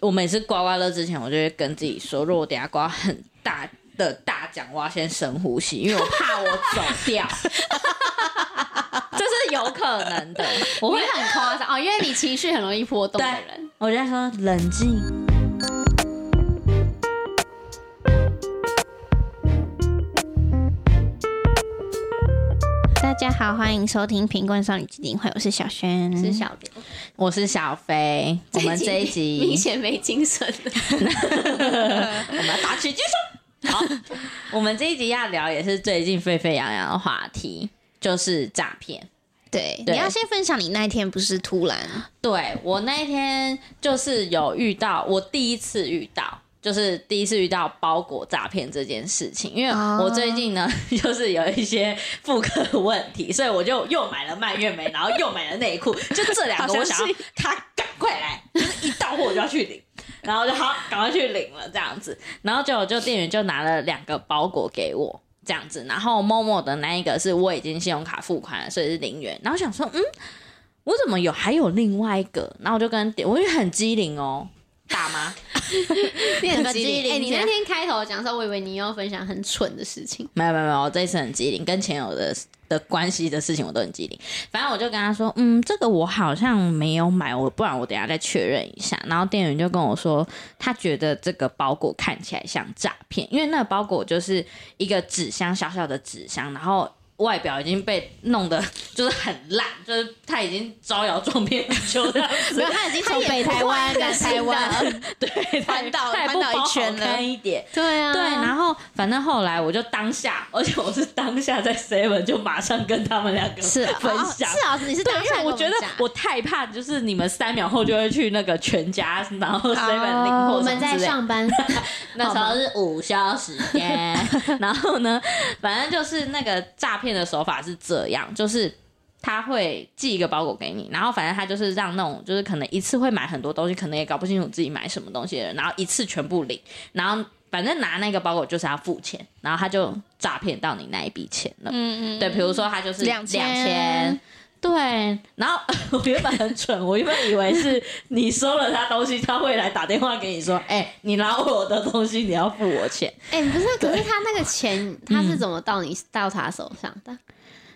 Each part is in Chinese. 我每次刮刮乐之前，我就会跟自己说，如果我等一下刮很大的大奖，我要先深呼吸，因为我怕我走掉。 这是有可能的，我 我会会很夸张哦，因为你情绪很容易波动的人。 我就在说冷静。大家好，欢迎收听《贫困少女基金会》，我是小轩，是小刘，我是小飞，我们这一明集显没精神了。 我们要打起精神。好， 我们这一集要聊也是最近沸沸扬扬的话题，就是诈骗。对，对你要先分享你那一天不是突然，对我那一天就是有遇到，我第一次遇到，就是第一次遇到包裹诈骗这件事情。因为哦我最近呢， 就是有一些妇科问题，所以我就又买了蔓越莓，然后又买了内裤，就这两个我想要他赶快来，就是一到货我就要去领。然后就好，赶快去领了这样子，然后就就店员就拿了两个包裹给我这样子，然后某某的那一个是我已经信用卡付款了，所以是零元，然后想说，嗯，我怎么有还有另外一个？然后我就跟店我也很机灵哦，大妈你很机灵哎，你这样那天开头讲的时候，我以为你要分享很蠢的事情。没有没有没有，我这一次很机灵，跟前友的的关系的事情我都很机灵。反正我就跟他说，嗯，这个我好像没有买，我不然我等一下再确认一下。然后店员就跟我说，他觉得这个包裹看起来像诈骗，因为那个包裹就是一个纸箱，小小的纸箱，然后。外表已经被弄得就是很烂，就是他已经招摇撞骗很久这样子，没有，他已经从北台湾来台湾，对，他也环 岛他也不环岛一包好圈了看一点，对啊，对，然后反正后来我就当下，而且我是当下在 Seven 就马上跟他们两个是啊分哦享。是啊，你是对，当因为下我觉得跟们讲我太怕，就是你们三秒后就会去那个全家，然哦后 Seven 领我货什么们之在类的。上班，那时候是午休时 间，然后呢，反正就是那个诈骗的手法是这样，就是。他会寄一个包裹给你，然后反正他就是让那种就是可能一次会买很多东西，可能也搞不清楚自己买什么东西的人，然后一次全部领，然后反正拿那个包裹就是要付钱，然后他就诈骗到你那一笔钱了。嗯嗯，对，比如说他就是两千千，对。然后我原本很蠢，我原本以为是你收了他东西，他会来打电话给你说：“哎、你拿我的东西，你要付我钱。哎，不是啊，可是他那个 钱他是怎么到你到他手上的？”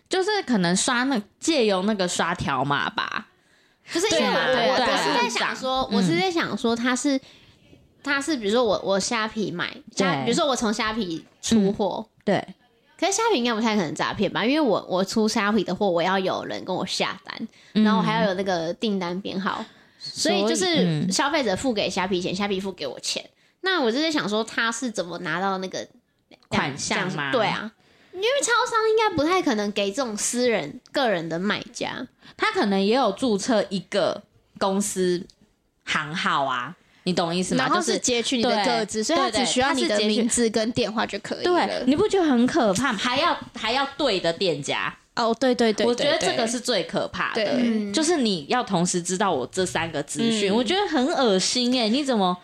就是可能刷那借由那个刷条码吧，就是因为对我啊我对啊我是在对啊想说，嗯我是在想说他是他是比如说我我虾皮买虾，对比如说我从虾皮出嗯货，对，可是虾皮应该不太可能诈骗吧？因为我我出虾皮的货，我要有人跟我下单，嗯然后我还要有那个订单编号，所以就所以是嗯消费者付给虾皮钱，虾皮付给我钱。那我就在想说他是怎么拿到那个款项吗对啊。因为超商应该不太可能给这种私人、个人的卖家，他可能也有注册一个公司行号啊，你懂意思吗？然后就是截取你的对个资，所以他对对只需要他是你的截取名字跟电话就可以了。对，，你不觉得很可怕吗？还要还要对的店家，哦，对对对，我觉得对这个，是最可怕的对嗯，就是你要同时知道我这三个资嗯讯，我觉得很恶心哎、你怎么？对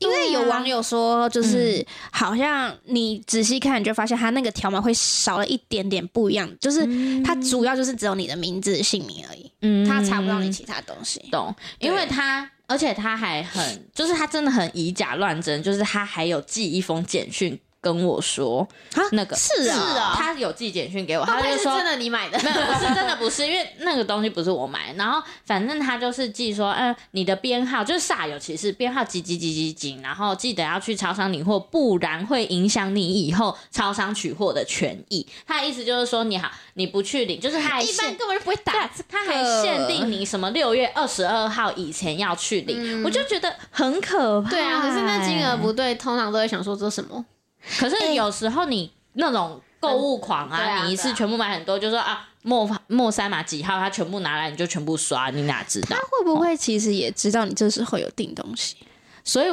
因为有网友说，啊就是好像你仔细看，你就发现他那个条码会少了一点点不一样，就是嗯它主要就是只有你的名字、姓名而已，嗯他查不到你其他东西。懂，因为他，而且他还很，就是他真的很以假乱真，就是他还有寄一封简讯跟我说啊那个是啊是啊他有寄简讯给我，会他不会就是说真的你买的？没有，不是真的不是，因为那个东西不是我买的。然后反正他就是记说，嗯、你的编号就是煞有其事，编号几几几几几，然后记得要去超商领货，不然会影响你以后超商取货的权益。他的意思就是说，你好，你不去领，就是他还 一般限。根本就不会对打。，他还限定你什么六月二十二号以前要去领，我就觉得很可怕、嗯对啊，可是那金额欸不对，通常都会想说这什么？可是哎有时候你那种购物狂啊，嗯对啊你一次全部买很多，就说啊，莫莫三码几号，他全部拿来你就全部刷，你哪知道？会不会其实也知道你这时候有订东西？所以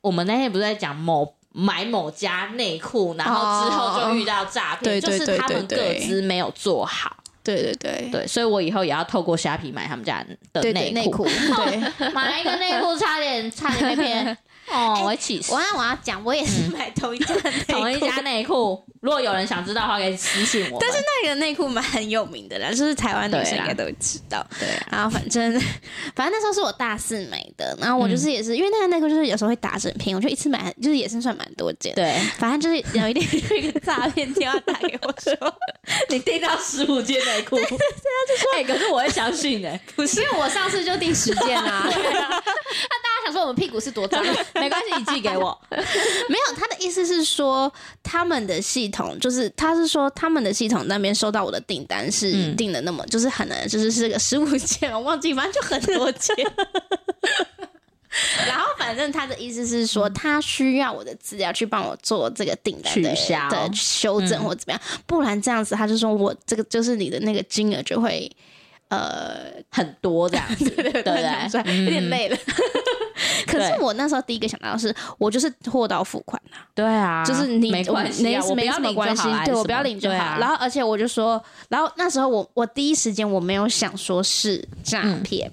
我们那天不是在讲某。买某家内裤，然后之后就遇到诈骗，哦对对就是他们对对哎各对自没有做好，对对对对，所以我以后也要透过虾皮买他们家的对对内 内裤，对 买一个内裤差点差点被骗，哎哦，我会气死我。那我要讲，我也是买同一家内 裤，同一家内裤，如果有人想知道的话，可以私信我们。但是那个内裤蛮很有名的啦，就是台湾女对啊生啦应该都会知道。对啊然后反正 反正那时候是我大四买的，然后我嗯就是也是、因为那个内裤就是有时候会打整片，我就一次买很就是也是算蛮多件。，对，反正就是有一天 有一个诈骗电话打给我说，你订到十五件内裤，对啊，就说哎，可是我会相信哎，不是， 因为我上次就订十件 啊。那大家想说我们屁股是多脏？没关系，你寄给我。没有他的意思是说他们的系统就是他是说他们的系统那边收到我的订单是嗯订的那么、就是很难就是是个十五件，我忘记反正就很多 件。然后，反正他的意思是说，他需要我的资料去帮我做这个订单取的消嗯的修正或怎么样，不然这样子，他就说我这个就是你的那个金额就会呃，很多这样子， 对嗯不对对？ 有点累了。 可是我那时候第一个想到的是，我就是货到付款啊，对啊，就是你没关系没啊，我没不要什么领关就系好啊，对我什不要么领就好。对啊然后而且我就说，然后那时候我我第一时间我没有想说是诈嗯骗，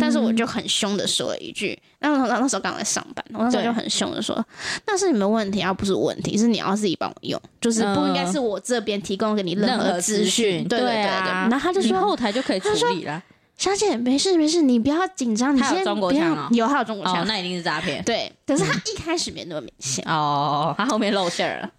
但是我就很凶的说了一句，那时候那时候刚好在上班，我那时候对就很凶的说，那是你们问题，而不是问题，是你要自己帮我用，就是不应该嗯是我这边提供给你任何何资资讯。讯，对对对对。啊。然后他就你说，后台就可以处理了。小姐没事没事，你不要紧张，你他有先中国不要腔哦有还有中国哦，腔，那一嗯定是诈骗。对，可是他一开始没那么明显。哦，他后面露馅儿了，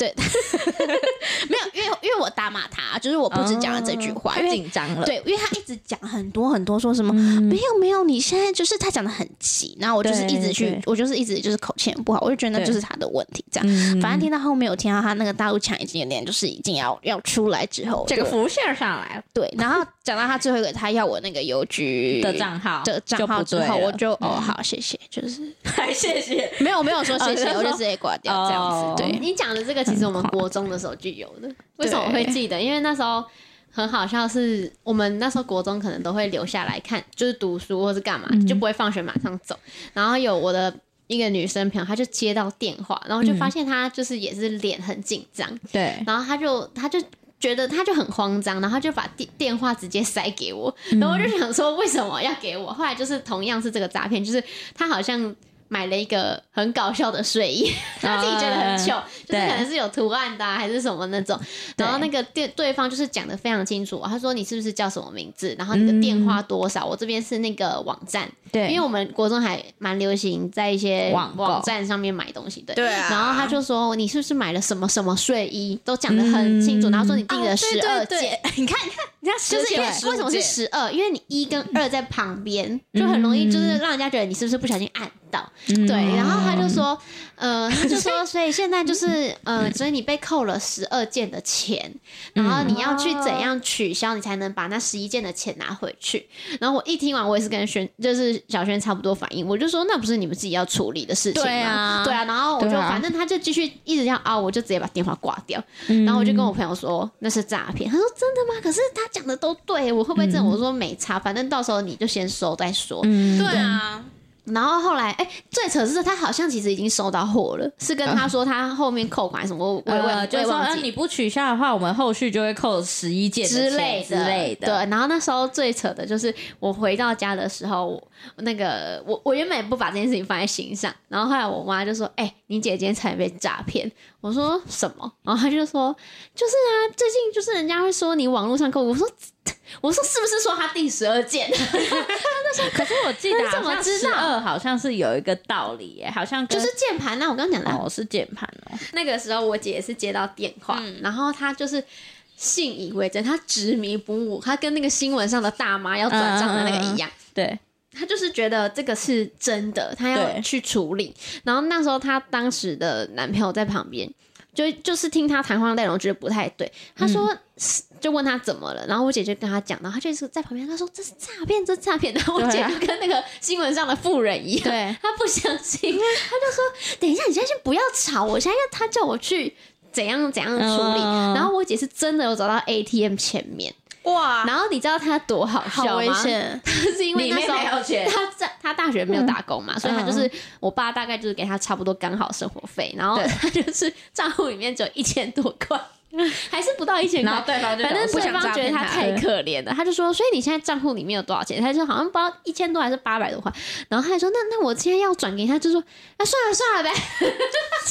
没有，因为因为我打骂他，就是我不止讲了这句话，太因为紧张了。嗯对，因为他一直讲很多很多，说什么、没有没有，你现在就是他讲的很急，然后我就是一直对去对，我就是一直就是口气很不好，我就觉得那就是他的问题，这样。嗯，反正听到后面，我听到他那个大陆腔已经有点就是已经要要出来之后，这个我就浮现上来了对，然后讲到他最后一个，他要我那个邮局的账号的账就号不之对后，了嗯我就 哦好谢谢，就是还谢谢。没有没有说谢谢，哦我就直接挂掉这样哦子，对。你讲的这个其实我们国中的时候就有的，为什么我会记得？因为那时候很好笑，是我们那时候国中可能都会留下来看，就是读书或是干嘛，就不会放学马上走。然后有我的。一个女生朋友，她就接到电话，然后就发现她就是也是脸很紧张，对，然后她就她就觉得她就很慌张，然后她就把电电话直接塞给我，然后我就想说为什么要给我？后来就是同样是这个诈骗，就是她好像买了一个很搞笑的睡衣， 他自己觉得很糗，就是对可能是有图案的啊、还是什么那种。然后那个对对方就是讲的非常清楚，他说你是不是叫什么名字，然后你的电话多少，我这边是那个网站，对，因为我们国中还蛮流行在一些网购网站上面买东西，对。对啊然后他就说你是不是买了什么什么睡衣，都讲的很清嗯楚，然后说你订哦了十二件，你看你看，人家就是因为为什么是十二？因为你一跟二在旁边，就很容嗯易就是让人家觉得你是不是不小心按到。对，然后他就说，呃，他就说，所以现在就是，呃，所以你被扣了十二件的钱，嗯然后你要去怎样取消，你才能把那十一件的钱拿回去。然后我一听完，我也是跟轩，就是小轩差不多反应，我就说，那不是你们自己要处理的事情吗？对啊对啊。然后我就对啊反正他就继续一直这样啊，我就直接把电话挂掉。嗯然后我就跟我朋友说那是诈骗，他说真的吗？可是他讲的都对，我会不会嗯真的？我说没差，反正到时候你就先收再说。 对啊，然后后来，哎、最扯的是他好像其实已经收到货了，是跟他说他后面扣款什么，我我也忘呃，我就是也说，忘呃记你不取消的话，我们后续就会扣十一件的之钱类之类的。对，然后那时候最扯的就是我回到家的时候，我那个我我原本也不把这件事情放在心上，然后后来我妈就说：“哎、你姐今天差点被诈骗。”我说：“什么？”然后她就说：“就是啊，最近就是人家会说你网络上购物。”我说：“我说是不是说他订十二件？ 可是我记得你怎么知道二好像是有一个道理耶，好像就跟是键盘啊？我刚刚讲的啊、哦是键盘哦，那个时候我姐也是接到电话，嗯然后她就是信以为真，她执迷不悟，她跟那个新闻上的大妈要转账的那个一嗯样， 对，她就是觉得这个是真的，她要对去处理。然后那时候她当时的男朋友在旁边。就就是听她谈话内容觉得不太对，她说、嗯就问她怎么了，然后我姐就跟她讲，然后她就是在旁边，她说这是诈骗，这是诈骗，然后我姐对啊就跟那个新闻上的妇人一样，对她不相信，等一下，你现在先不要吵，我现在要他叫我去怎样怎样处理。嗯然后我姐是真的有走到 ATM 前面，哇，然后你知道她多好笑吗？好危险！是因为里那面时候没有钱她在她大学没有打工嘛，所以她就是我爸大概就是给她差不多刚好生活费，然后对她就是账户里面只有一千多块。还是不到一千然后块。对方就反正不对想方诈觉得骗他太可怜 了，他就说：“所以你现在账户里面有多少钱？”他就好像不知道一千多还是八百多块，然后他就说：“那那我现在要转给他，就说啊，算了算了 呗。”他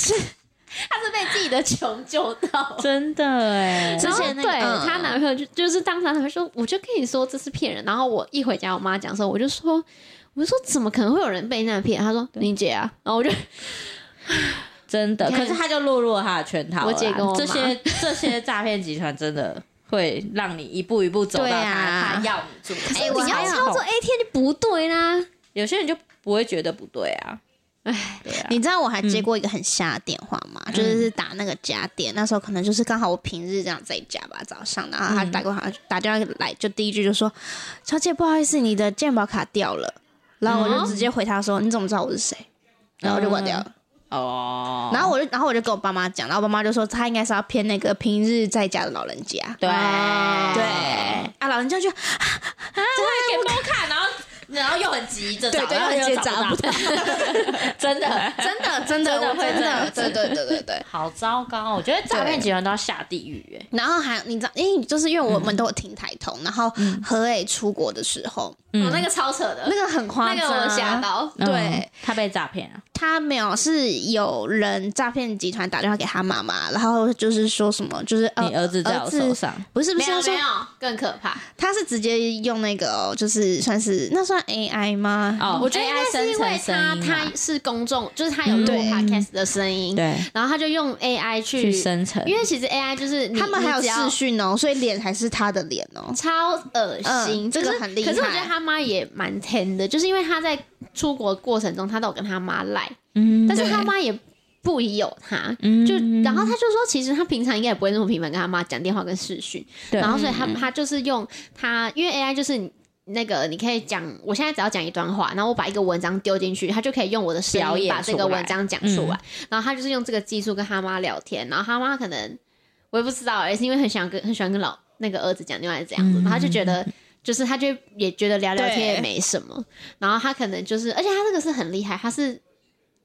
是被自己的穷救到。真的哎，之之前前那个那个对嗯她、男朋友就就是当场他们说，我就跟你说这是骗人。然后我一回家，我妈讲的时候，我就说，我就说怎么可能会有人被那骗？她说你姐啊，然后我就真的。你可看是他就落入了他的圈套了啦。我姐跟我妈这 些这些诈骗集团真的会让你一步一步走到对他、啊他要你做的事情。哎我你要还操作 ATM 就不对啦。有些人就不会觉得不对啊。哎，对啊，你知道我还接过一个很瞎的电话吗？就是是打那个家电，那时候可能就是刚好我平日这样在家吧，早上，然后他打过好像打电话来，就第一句就说：“小姐，不好意思，你的健保卡掉了。”然后我就直接回他说：“你怎么知道我是谁？”然后我就挂掉了。哦，然后我就，然后我就跟我爸妈讲，然后我爸妈就说他应该是要骗那个平日在家的老人家。对哦对，啊，老人家就给猫看，然后然后又很急着找，对对然后又很急又找找不到， 真的真 的真的我真的对对对对对。好糟糕哦！我觉得诈骗集团都要下地狱哎。然后还你知道，因为就是因为我们都有听台通，然后何磊出国的时候，我嗯哦那个超扯的，那个很夸那张，啊个我吓。到。嗯对，他被诈骗啊了。他没有是有人诈骗集团打电话给他妈妈，然后就是说什么，就是呃你儿子在我手上，不是不没是，有他说没有，更可怕。他是直接用那个哦就是算是那算 AI 吗？哦，我觉得应 AI 该是因为生他成声音嘛他是公众，就是他有录对 podcast 的声音，对然后他就用 AI 去去，生成，因为其实 AI 就是你他们还有你只要视讯哦，所以脸还是他的脸哦。超恶心，嗯就这是个很厉害可是我觉得他妈也蛮甜的，就是因为他在出国过程中，他都有跟他妈赖，嗯但是他妈也不疑有他。嗯就然后他就说，其实他平常应该也不会那么频繁跟他妈讲电话跟视讯，对然后所以他他就是用他，因为 AI 就是你那个你可以讲，我现在只要讲一段话，然后我把一个文章丢进去，他就可以用我的声表音演把这个出来嗯文章讲出来，然后他就是用这个技术跟他妈聊天，然后他妈可能我也不知道、欸，是因为很想跟很喜欢跟老那个儿子讲电话是这样嗯子，然后他就觉得。就是他就也觉得聊聊天也对没什么，然后他可能就是，而且他这个是很厉害，他是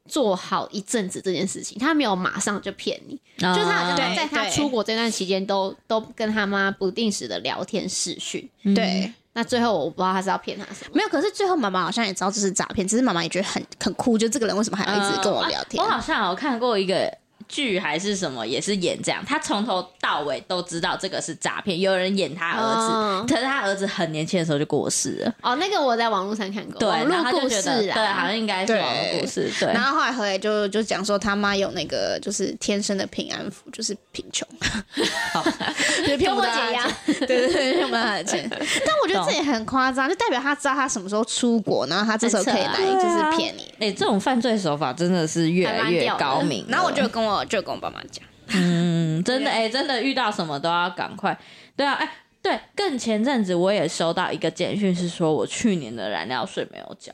做好一阵子这件事情，他没有马上就骗你，哦就是他好像嗯对在他出国这段期间都都跟他妈不定时的聊天视讯，对，那最后我不知道他是要骗他什么。没有。可是最后妈妈好像也知道这是诈骗，只是妈妈也觉得很很酷，就这个人为什么还要一直跟我聊天？我好像有看过一个剧还是什么，也是演这样，他从头到尾都知道这个是诈骗，有人演他儿哦子，可是他儿子很年轻的时候就过世了，哦，那个我在网络上看过，对，网然后络他故就觉事得对，好啊，像应该是对网络故事，对然，后后来何磊就就讲说他妈有那个就是天生的平安符，就是贫穷，就是骗跟我不到他姐一的样钱，对 对对，骗不到他的 钱。但我觉得这也很夸张，就代表他知道他什么时候出国，然后他这时候可以来很扯啊就是骗你。哎，这种犯罪手法真的是越来越还蛮屌的高 明了，然后我就跟我就跟我爸妈讲，嗯，真的哎、真的遇到什么都要赶快。对啊，哎、对，更前阵子我也收到一个简讯，是说我去年的燃料税没有缴，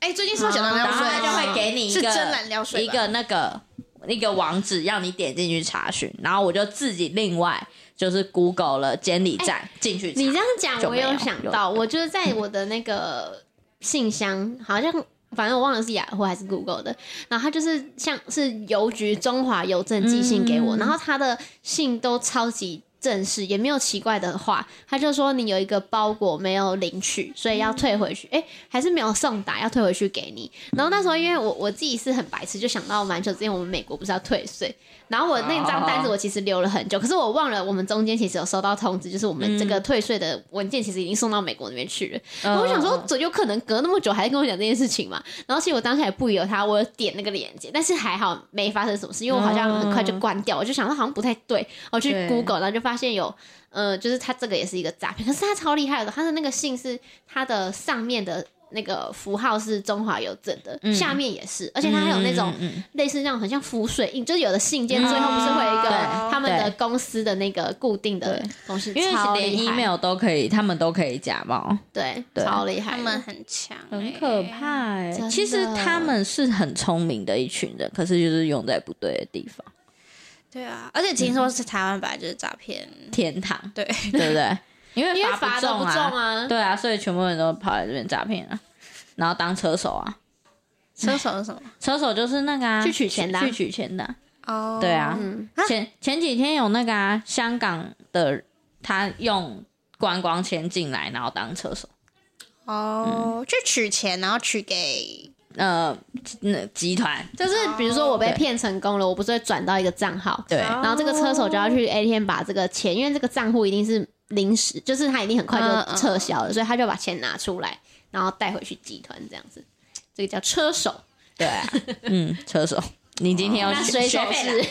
哎，最近是不是讲到然燃料后水？啊他就啊会给你一是个真燃料水一个那个一个网址，让你点进去查询，然后我就自己另外就是 Google 了监理站进、去查。哎你这样讲就我没有有想有到，我就是在我的那个信箱，好像反正我忘了是雅虎还是 Google 的，然后他就是像是邮局中华邮政寄信给我，然后他的信都超级。正式也没有奇怪的话，他就说你有一个包裹没有领取，所以要退回去。哎、还是没有送达，要退回去给你。然后那时候因为我我自己是很白痴，就想到蛮久之前我们美国不是要退税，然后我那张单子我其实留了很久，可是我忘了我们中间其实有收到通知，就是我们这个退税的文件其实已经送到美国那边去了。然后我想说，怎有可能隔那么久还在跟我讲这件事情嘛？然后其实我当下也不疑有他，我有点那个链接，但是还好没发生什么事，因为我好像很快就关掉，我就想说好像不太对，我去对 Google，然后就发现有。呃，就是他这个也是一个诈骗，可是他超厉害的，他的那个信是他的上面的那个符号是中华邮政的，下面也是，而且他还有那种嗯嗯嗯嗯类似那种很像浮水印，就是有的信件最后不是会有一个对他们的公司的那个固定的东西，因超为连厉害 email 都可以，他们都可以假冒，对对超厉害他的，们很强，很可怕哎、真的其实他们是很聪明的一群人，可是就是用在不对的地方，对啊，而且听说是台湾本来就是诈骗，天堂， 对，对不对？因为嗯 因为罚罚都中不中啊，对啊，所以全部人都跑来这边诈骗啊，然后当车手啊，车手是什么？车手就是那个、啊、去取钱的啊去取钱的啊、哦对啊嗯，前前几天有那个啊，香港的他用观光签进来，然后当车手，哦，就取钱，然后取给呃，那集团就是比如说我被对骗成功了，我不是会转到一个账号，对哦然后这个车手就要去 ATM 把这个钱，因为这个账户一定是临时，就是他一定很快嗯嗯就撤销了，所以他就把钱拿出来，然后带回去集团这样子，这个叫车手。对啊，嗯，车手，你今天要那哦学水手学费了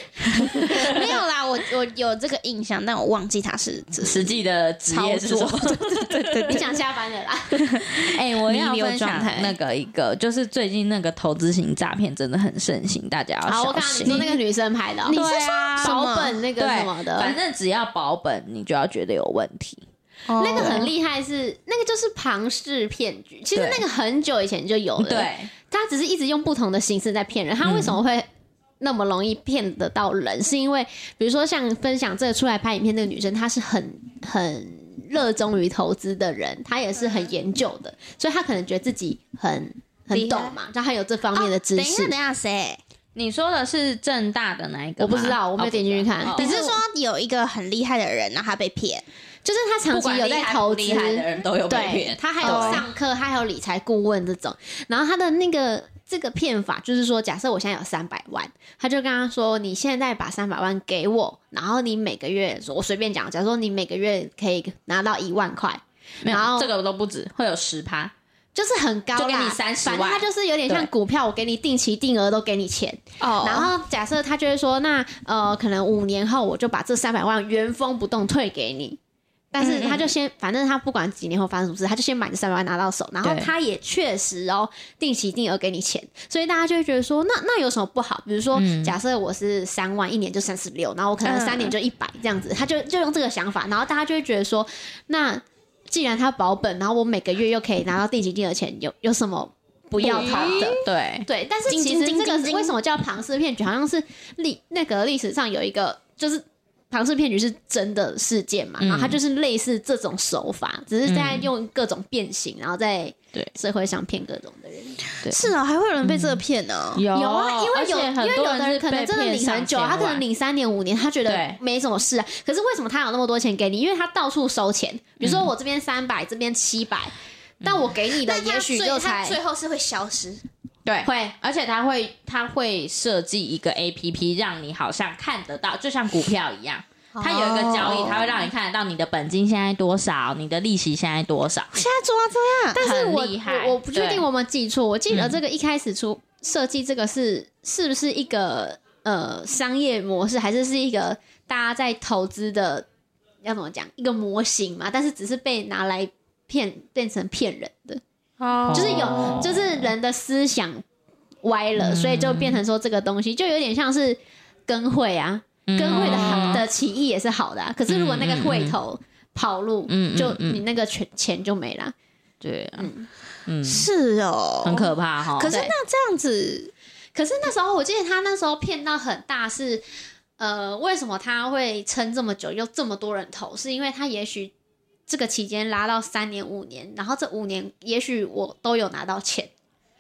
是没有啦，我 我有这个印象，但我忘记他是这实际的职业是什么操？ 你想下班了啦， 哎、我要弥留分享哎状态那个一个，就是最近那个投资型诈骗真的很盛行，大家要好，我小刚刚你说心。那个女生拍的哦，你对是说啊什么保本那个对什么的，反正只要保本，你就要觉得有问题。那个很哦厉害是，那个就是庞氏骗局。其实对那个很久以前就有了，，哦对，他只是一直用不同的形式在骗人。他为什么会那么容易骗得到人？是因为比如说像分享这个出来拍影片那个女生，她是很很热衷于投资的人，她也是很研究的，所以她可能觉得自己很很厉害懂嘛，就她有这方面的知等一下，哦识。等一下，谁？你说的是正大的那一个吗？我不知道，我没有点进去看哦。但你是我说有一个很厉害的人，然后他被骗？就是她不长期管有厉在害投不资，厉害的人都有被对骗，他还哦有上课，他还有理财顾问这种。然后他的那个这个骗法就是说，假设我现在有三百万，他就跟他说，你现在把三百万给我，然后你每个月，我随便讲，假如说你每个月可以拿到一万块，没有然后这个都不止，会有十趴。就是很高啦，就给你30反正万他就是有点像对股票，我给你定期定额都给你钱。哦然后假设他就会说，那呃，可能五年后我就把这三百万原封不动退给你。但嗯是他就先，反正他不管几年后发生什么事，他就先把你三百万拿到手，然后对他也确实哦定期定额给你钱，所以大家就会觉得说，那那有什么不好？比如说，嗯假设我是三万，一年就三十六，然后我可能嗯三年就一百这样子，他就就用这个想法，然后大家就会觉得说，那既然他保本，然后我每个月又可以拿到定期定额钱，有有什么不要逃的？对，对，但是叮其叮实叮这个叮是叮为什么叫庞氏骗局？好像是历那个历史上有一个就是。庞氏骗局是真的事件嘛？嗯然后它就是类似这种手法，只是在嗯用各种变形，然后在对社会上骗各种的人。是哦，还会有人被这个骗呢？有有啊，因哦而为且有因很为有多的是人可能被真的骗领很上久，千他可能万领三年五年，他觉得对没什么事啊。可是为什么他有那么多钱给你？因为他到处收钱，比如说嗯我这边三百，这边七百，但我给你的那他也许最就他才最后是会消失。对会而且他会他会设计一个 A P P，让你好像看得到，就像股票一样。它有一个交易，它会让你看得到你的本金现在多少，你的利息现在多少。现在做到这样，但是很我厉害我我不确对定我们记错，我记得嗯这个一开始出设计这个是是不是一个呃商业模式，还是是一个大家在投资的要怎么讲一个模型嘛？但是只是被拿来骗变成骗人的，哦就是哦有就是人的思想歪了，嗯所以就变成说这个东西就有点像是跟会啊，跟会的好嗯的起义也是好的、啊，可是如果那个会头跑路，嗯嗯就嗯你那个钱钱就没了。对啊，嗯，是哦，很可怕哈。可是对那这样子，可是那时候我记得他那时候骗到很大是，呃，为什么他会撑这么久，又这么多人投？是因为他也许这个期间拉到三年五年，然后这五年也许我都有拿到钱，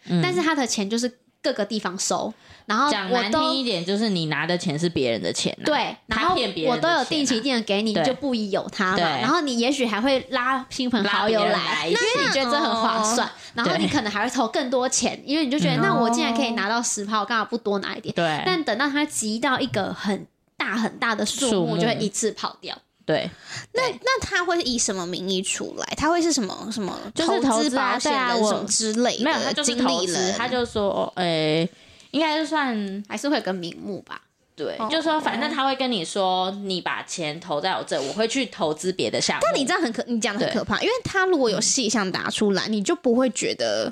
嗯但是他的钱就是各个地方收，然后讲我难听一都。点，就是啊你拿的钱是别人的钱啊。对，然他后骗别我人的都有钱定期啊定额给你，你对就不宜有他嘛。对然后你也许还会拉亲朋拉好别友人来，来因为你觉得这很划哦算。然后对你可能还会投更多钱，因为你就觉得，嗯那我既然可以拿到十趴，我干嘛不多拿一点？对，但等到它集到一个很大很大的数数目目，就会一次跑掉。对，那哎那他会以什么名义出来？他会是什么什么就是投资资啊保险对啊人我什么之类的？没有他就是经投理资，人，他就说，哦诶，应该就算还是会有个名目吧，对哦，就说反正他会跟你说，你把钱投在我这，我会去投资别的项目。但你这样很可，你讲的很对可怕，因为他如果有细项打出来，你就不会觉得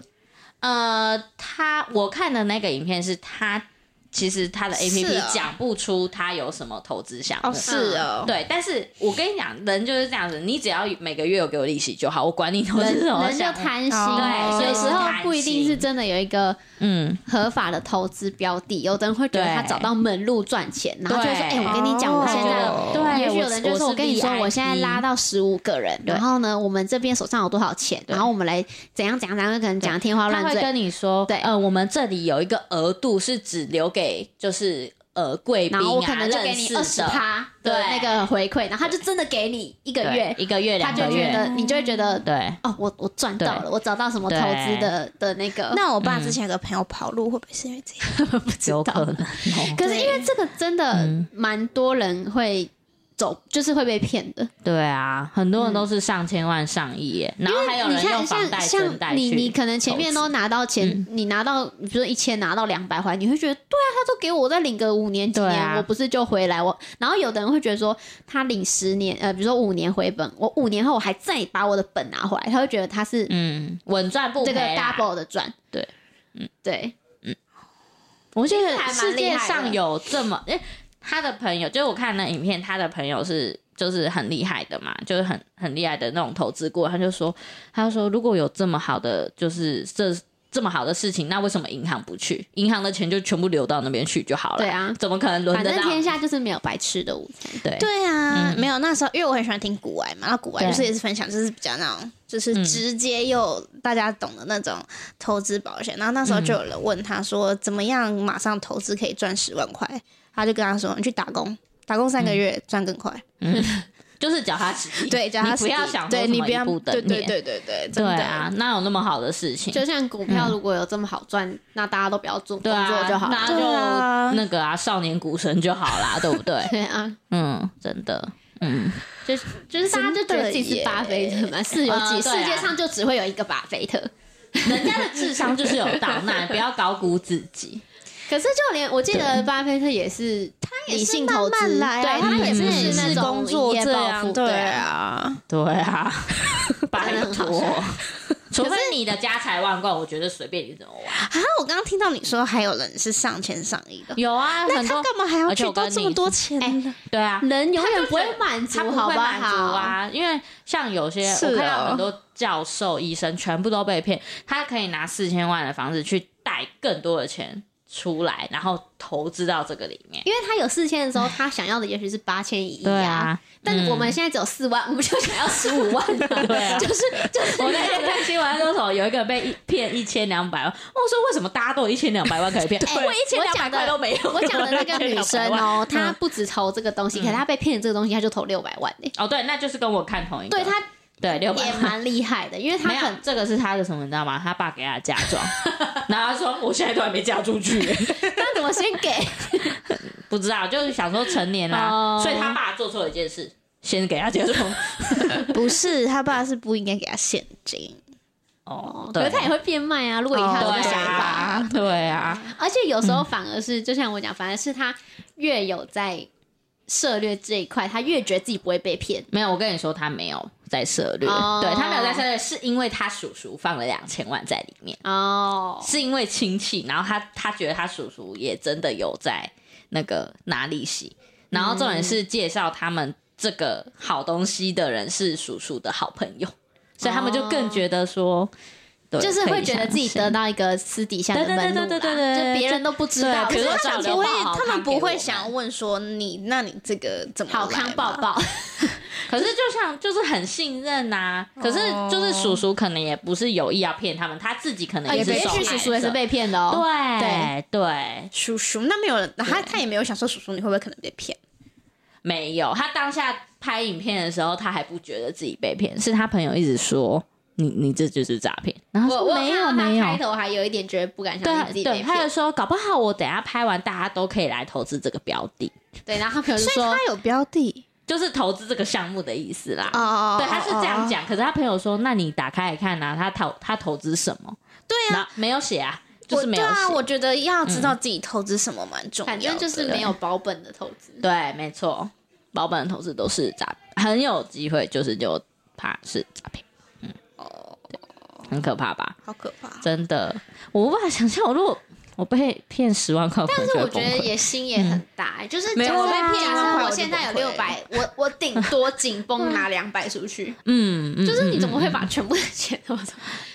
呃，他我看的那个影片是他其实他的 A P 是 P 哦讲不出他有什么投资项目。是啊哦嗯对，但是我跟你讲，人就是这样子，你只要每个月有给我利息就好，我管你投资人什么人就项目。贪心，哦对有所以时是候贪不一定心是真的有一个嗯，合法的投资标的，有的人会觉得对他找到门路赚钱，然后就会说：“哎、对我跟你讲，我哦现在。”对，也许有人就说：“我跟你说，我现在拉到到十五个人，对然后呢，我们这边手上有多少钱，然后我们来怎样怎样，然后可能讲得天他花乱会坠，跟你说，对呃，我们这里有一个额度是只留给就是呃贵宾然啊，后我可能就给认识你的二十趴的对那个回馈，然后他就真的给你一个对月，一个月他两就个觉月，得你就会觉得对。哦，我我赚到对了，我找到什么投资的的那个。那我嗯爸之前有个朋友跑路，会不会是因为这样？不知有可道，能、 哦，可是因为这个真的嗯蛮多人会走，就是会被骗的。对啊，很多人都是上千万、上亿耶，然后还有嗯你人用看，房贷、像增贷像你，去，嗯你可能前面都拿到钱，你拿到，比如说一千拿到两百还，你会觉得，对啊，他都给我再领个五年几对年，啊我不是就回来我？然后有的人会觉得说，他领十年，呃，比如说五年回本，我五年后我还再把我的本拿回来，他会觉得他是嗯，稳赚不这个赔啦。 double 的赚。对，嗯，对，我觉其实得还蛮厉害世的界上有这么，哎、他的朋友，就是我看那影片，他的朋友是就是很厉害的嘛，就是很很厉害的那种投资顾问，他就说，他就说如果有这么好的，就是这。这么好的事情，那为什么银行不去？银行的钱就全部流到那边去就好了。对啊怎么可能轮反得正到？天下就是没有白吃的午餐。对对啊，嗯没有那时候，因为我很喜欢听古玩嘛，那古玩对就是也是分享，就是比较那种，就是嗯直接又大家懂的那种投资保险。然后那时候就有人问他说，怎么样马上投资可以赚十万块？他就跟他说，你去打工。打工三个月赚更快，就是脚踏实地。对，叫他你嗯不要死想说对什你么不一要步登对对天。对对对，真对的啊，哪有那么好的事情？就像股票如果有这么好赚，那大家都不要做嗯对工作啊，就好那了。就对啊那个啊，少年股神就好啦，对不对？ 对啊，嗯，真的，嗯，就是就是大家就觉得自己是巴菲特嘛，是有几、嗯对啊世界上就只会有一个巴菲特。人家的智商就是有到那，不要高估自己。可是就连我记得巴菲特也是，他也是理性投慢资，慢来啊对他也也是是那种工作一夜这暴样富对对啊。啊， 对啊，拜真的很好托，除非你的家财万贯，我觉得随便你怎么玩。啊！我刚刚听到你说还有人是上千上亿的，有啊，那很他多干嘛还要而且去我跟都这么你多钱哎呢？对啊，人永远不他会满足他，不好会好？满足啊，因为像有些是我看到哦很多教授、医生全部都被骗，他可以拿四千万的房子去贷更多的钱出来，然后投资到这个里面。因为他有四千的时候，他想要的也许是八千一亿对啊，但我们现在只有四万，我们就想要十五万啊，对啊就是就是哎我 那天看新闻，说什么有一个人被一骗一千两百万，我说为什么大家都有一千两百万可 以骗？哎我一千两百块都没有。我讲的那个女 生哦，哦，她不止投这个东西，可是她被骗这个东西，她就投六百万呢。哦对，那就是跟我看同一个，对她对六百也蛮厉害的，因为 她没有很， 这个是他的什么，你知道吗？他爸给他的嫁妆， 然后他说我现在都还没嫁出去， 那怎么先给？不知道，就是想说成年啦，哦所以他爸做错了一件事，先给他嫁妆。 不是，他爸是不应该给他现金。哦，可对，是她也会变卖啊，如果以她对的那啊想法，，对啊，而且有时候反而是，就像我讲，反而是她越有在涉略这一块，她越觉得自己不会被骗。没有，我跟你说，他没有在涉略，哦对他没有在涉略，是因为他叔叔放了两千万在里面。哦，是因为亲戚，然后他他觉得他叔叔也真的有在那个拿利息，然后重点是介绍他们这个好东西的人是叔叔的好朋友，所以他们就更觉得哦说，对就是会觉得自己得。到一个私底下的门路啦，对对啊对对对对对就别人都不知道，对可是就我他找们流不不会会报好，他康们给不我会想们问说你，那你这个怎么好来康吧抱抱。可是就像就是很信任呐、可是就是叔叔可能也不是有意要骗他们，他自己可能 呃，也是也受害许者。叔叔也是被骗的哦。对啊对，叔叔，那没有人，他他也没有想说叔叔你会不会可能被骗？没有，他当下拍影片的时候，他还不觉得自己被骗，是他朋友一直说你你这就是诈骗，然后他我说我没看有到他没有开，头还有一点觉得不敢对相信啊自己对，被他就骗，说搞不好我等一下拍完大家都可以来投资这个标的，对，然后他朋友就说他有标的就是投资这个项目的意思啦。哦对，他是这样。讲，可是他朋友说，那你打开来看啊，他投他投资什么？对啊，啊，没有写啊，就我是没对有写。啊，我觉得要知道自己投资什么蛮重嗯要反的，正就是没有保本的投资。对，没错，老板的投资都是诈，很有机会就是就怕是诈骗，哦，嗯，很可怕吧？好可怕。真的，我无法想象，我如果我被骗十万块，但但是我觉得也心也很大、欸就是没假有设啊被骗， 10假万块设我我就现不在有会六百，我我顶多紧绷拿两百出去，嗯，嗯就是你怎嗯么？会把全部的钱都走？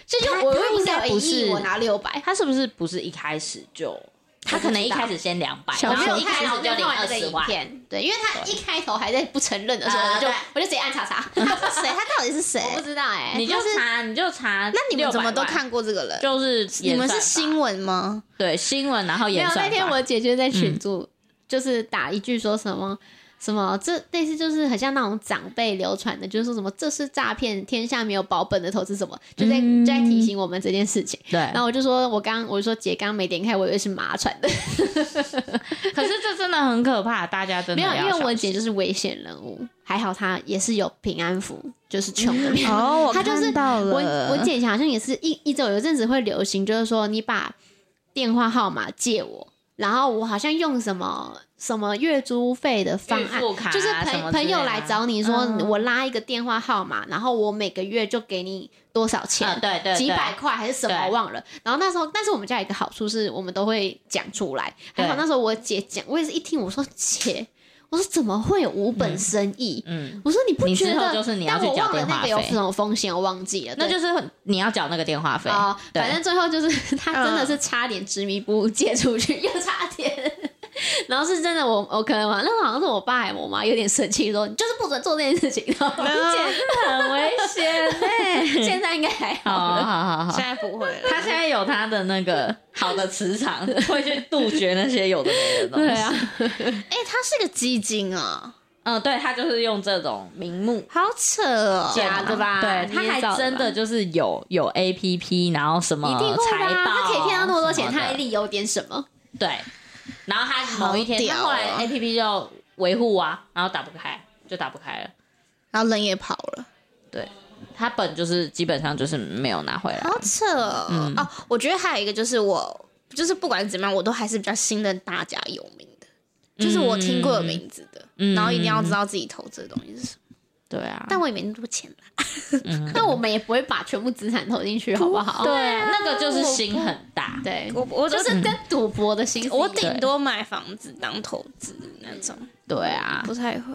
就就我他又应该该有不一亿，是我拿六百嗯，他是不是不是一开始就？他不知道可能一开始先两百，我然没后有一看开到，始我没就领有看完二那个十影万。片，对，因为他一开头还在不承认的时候，呃我就对我就直接按查查，谁？他到底是谁？我不知道哎、你就他是查，你就查，那你们怎么都？看过这个人？就是你演算们是法 新闻吗？对新闻，然后没演有算法嗯那天我姐就在群组就是打一句说什么什么，这类似就是很像那种长辈流传的，就是说什么这是诈骗，天下没有保本的投资什么，就在、嗯哎就在提醒我们这件事情。对然， 后我就说，我刚我就说姐刚没点开，我以为是麻传的，可是这真的很可怕，大家真的没有，因要为我小姐心就是危险人物，还好她也是有平安符，就是穷 的平安符哦，我他就是看到了，我我姐以前好像也是一一周有一阵子会流行，就是说你把电话号码借我，然后我好像用什么什么月租费的方预案付卡，啊就是什么朋之类朋的啊友来找你说，嗯我拉一个电话号码，然后我每个月就给你多少钱。啊，对对，几对百块还是什么对我忘了，然后那时候，但是我们家有一个好处是我们都会讲出来。还好对那时候我姐讲，我也是一听我说姐，我说怎么会有无本嗯生意？嗯，我说你不你觉之得？后就是你要但去我缴忘了电那话个有什费，么风险，我忘记了。那就对是你要缴那个电话费。哦，对反正最后就是 他真的嗯是差点执迷不悟借出去， 又差点。然后是真的我，我可能嘛，那时候好像是我爸还我妈有点生气，说你就是不准做这件事情。然后 很哦危险嘞。现现在应该还 好好了，好好好现，在不会了。他现在有他的那个好的磁场， 会去杜绝那些有的没的东西。对啊，哎、他是个基金啊，嗯，对他就是用这种名目。好扯哦。假的吧对，捏他还造的吧真的就是有有 A P P，然后什么一定会哦财的报啊，他可以骗到那么多钱，什的他一定有点什么。对。然后他某一天，好屌他哦后来 A P P 就维护啊，然后打不开，就打不开了。然后人也跑了，他本就是基本上就是没有拿回来。啊好扯哦。嗯哦，我觉得还有一个就是我，就是不管怎么样，我都还是比较信任大家有名的，就是我听过有名字的，嗯然后一定要知道自己投资的东西是什么。对啊，但我也没那么多钱啦，但我们也不会把全部资产投进去，好不好？对啊，那个就是心很大。对，我嗯我就是跟赌博的心思一样，我顶多买房子当投资那种，对啊，不太会。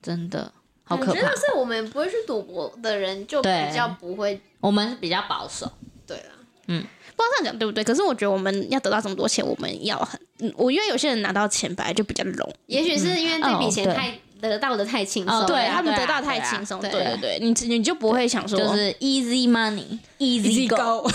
真的好我可觉怕得。是我们不会去赌博的人，就对比较不会我们是比较保守，对啊了。不知道这样讲对不对，可是我觉得我们要得到这么多钱，我们要很，嗯我因为有些人拿到钱本来就比较容易，也许是因为这笔嗯哦钱太得到的太轻松哦了，对啊他们对得到对太啊轻松，对对对对，你你就不会想说就是 easy money，easy go。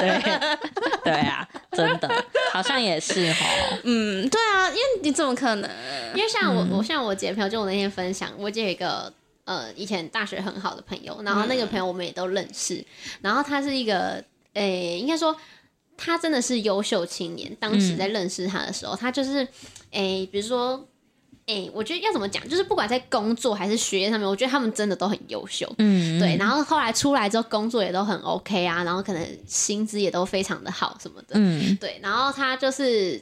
对对啊，真的好像也是哦。嗯，对啊，因为你怎么可能？因为像嗯我，我像我姐朋友，就我那天分享，我姐有一个呃以前大学很好的朋友，然后那个朋友我们也都认识，然后他是一个诶、应该说他真的是优秀青年。当时嗯在认识他的时候，他就是诶、比如说诶、我觉得要怎么讲，就是不管在工作还是学业上面，我觉得他们真的都很优秀。嗯，对，然后后来出来之后，工作也都很 OK 啊，然后可能薪资也都非常的好什么的，嗯对，然后他就是